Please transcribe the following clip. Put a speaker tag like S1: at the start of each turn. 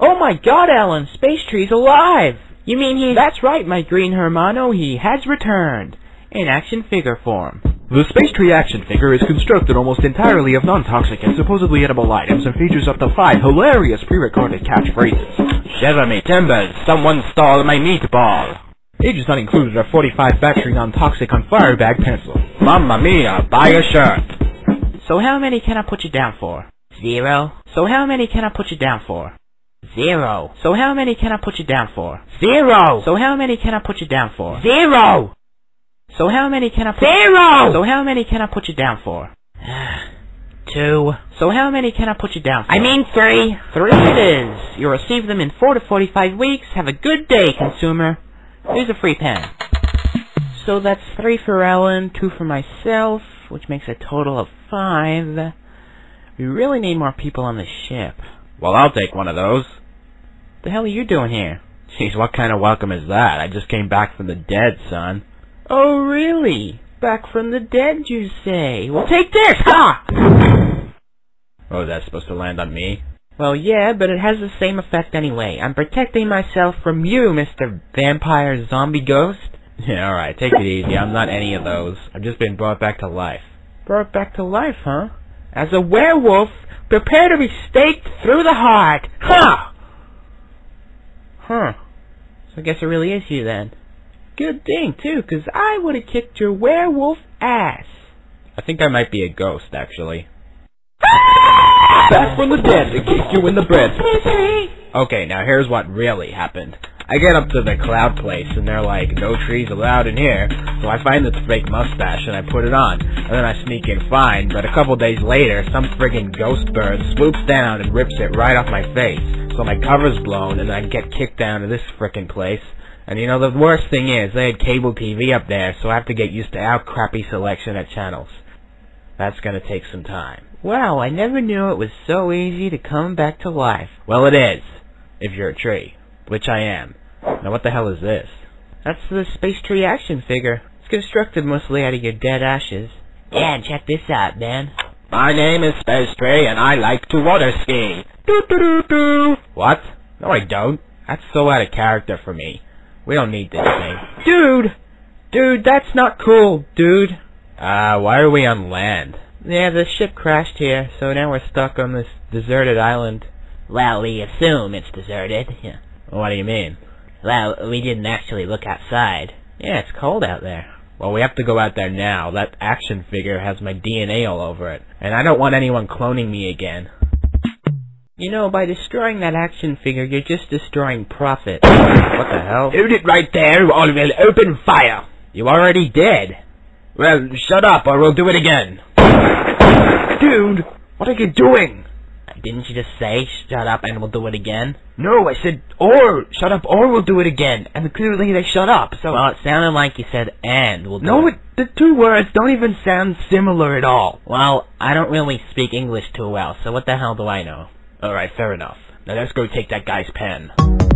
S1: Oh my god, Alan, Space Tree's alive!
S2: You mean he...
S1: That's right, my green Hermano, he has returned. In action figure form.
S3: The Space Tree action figure is constructed almost entirely of non-toxic and supposedly edible items and features up to five hilarious pre-recorded catchphrases.
S2: Shiver me timbers, someone stole my meatball.
S3: Ages not included are 45 battery non-toxic on fire bag pencil.
S2: Mamma mia, buy a shirt.
S1: So how many can I put you down for?
S2: Zero.
S1: So how many can I put you down for?
S2: Zero.
S1: So how many can I put you down for?
S2: Zero.
S1: So how many can I put you down for?
S2: Zero.
S1: So how many can I put
S2: Zero.
S1: So how many can I put you down for?
S2: Two.
S1: So how many can I put you down for?
S2: I mean three.
S1: Three it is. You'll receive them in four to forty-five weeks. Have a good day, consumer. Here's a free pen. So that's three for Ellen, two for myself, which makes a total of five. We really need more people on the ship.
S2: Well, I'll take one of those.
S1: The hell are you doing here?
S2: Jeez, what kind of welcome is that? I just came back from the dead, son.
S1: Oh, really? Back from the dead, you say? Well, take this! Ah! Ha!
S2: Oh, that's supposed to land on me?
S1: Well, yeah, but it has the same effect anyway. I'm protecting myself from you, Mr. Vampire Zombie Ghost.
S2: Yeah, alright, take it easy. I'm not any of those. I've just been brought back to life.
S1: Brought back to life, huh? As a werewolf, prepare to be staked through the heart! Ha! Huh. So I guess it really is you then. Good thing, too, 'cause I would have kicked your werewolf ass.
S2: I think I might be a ghost, actually.
S3: Back from the dead to kick you in the bread.
S2: Okay, now here's what really happened. I get up to the cloud place and they're like, no trees allowed in here. So I find this fake mustache and I put it on. And then I sneak in fine, but a couple days later, some friggin' ghost bird swoops down and rips it right off my face. So my cover's blown and I get kicked down to this frickin' place. And you know, the worst thing is, they had cable TV up there, so I have to get used to our crappy selection of channels. That's gonna take some time.
S1: Wow, I never knew it was so easy to come back to life.
S2: Well, it is. If you're a tree. Which I am. Now what the hell is this?
S1: That's the space tree action figure. It's constructed mostly out of your dead ashes. Yeah, and check this out, man.
S2: My name is Space Tree and I like to water ski. Doo doo doo doo. What? No I don't. That's so out of character for me. We don't need this thing.
S1: Dude! Dude, that's not cool, dude.
S2: Uh, why are we on land?
S1: Yeah, the ship crashed here, so now we're stuck on this deserted island.
S4: Well, we assume it's deserted. Yeah.
S2: What do you mean?
S4: Well, we didn't actually look outside.
S1: Yeah, it's cold out there.
S2: Well, we have to go out there now. That action figure has my DNA all over it. And I don't want anyone cloning me again.
S1: You know, by destroying that action figure, you're just destroying profit.
S2: What the hell?
S3: Hold it right there or we'll open fire.
S2: You already did.
S3: Well, shut up or we'll do it again. Dude, what are you doing?
S4: Didn't you just say, shut up and we'll do it again?
S3: No, I said or. Shut up or we'll do it again. And clearly they shut up, so...
S4: Well, it sounded like you said, and we'll do
S3: no,
S4: it.
S3: it, the two words don't even sound similar at all.
S4: Well, I don't really speak English too well, so what the hell do I know?
S2: Alright, fair enough. Now let's go take that guy's pen.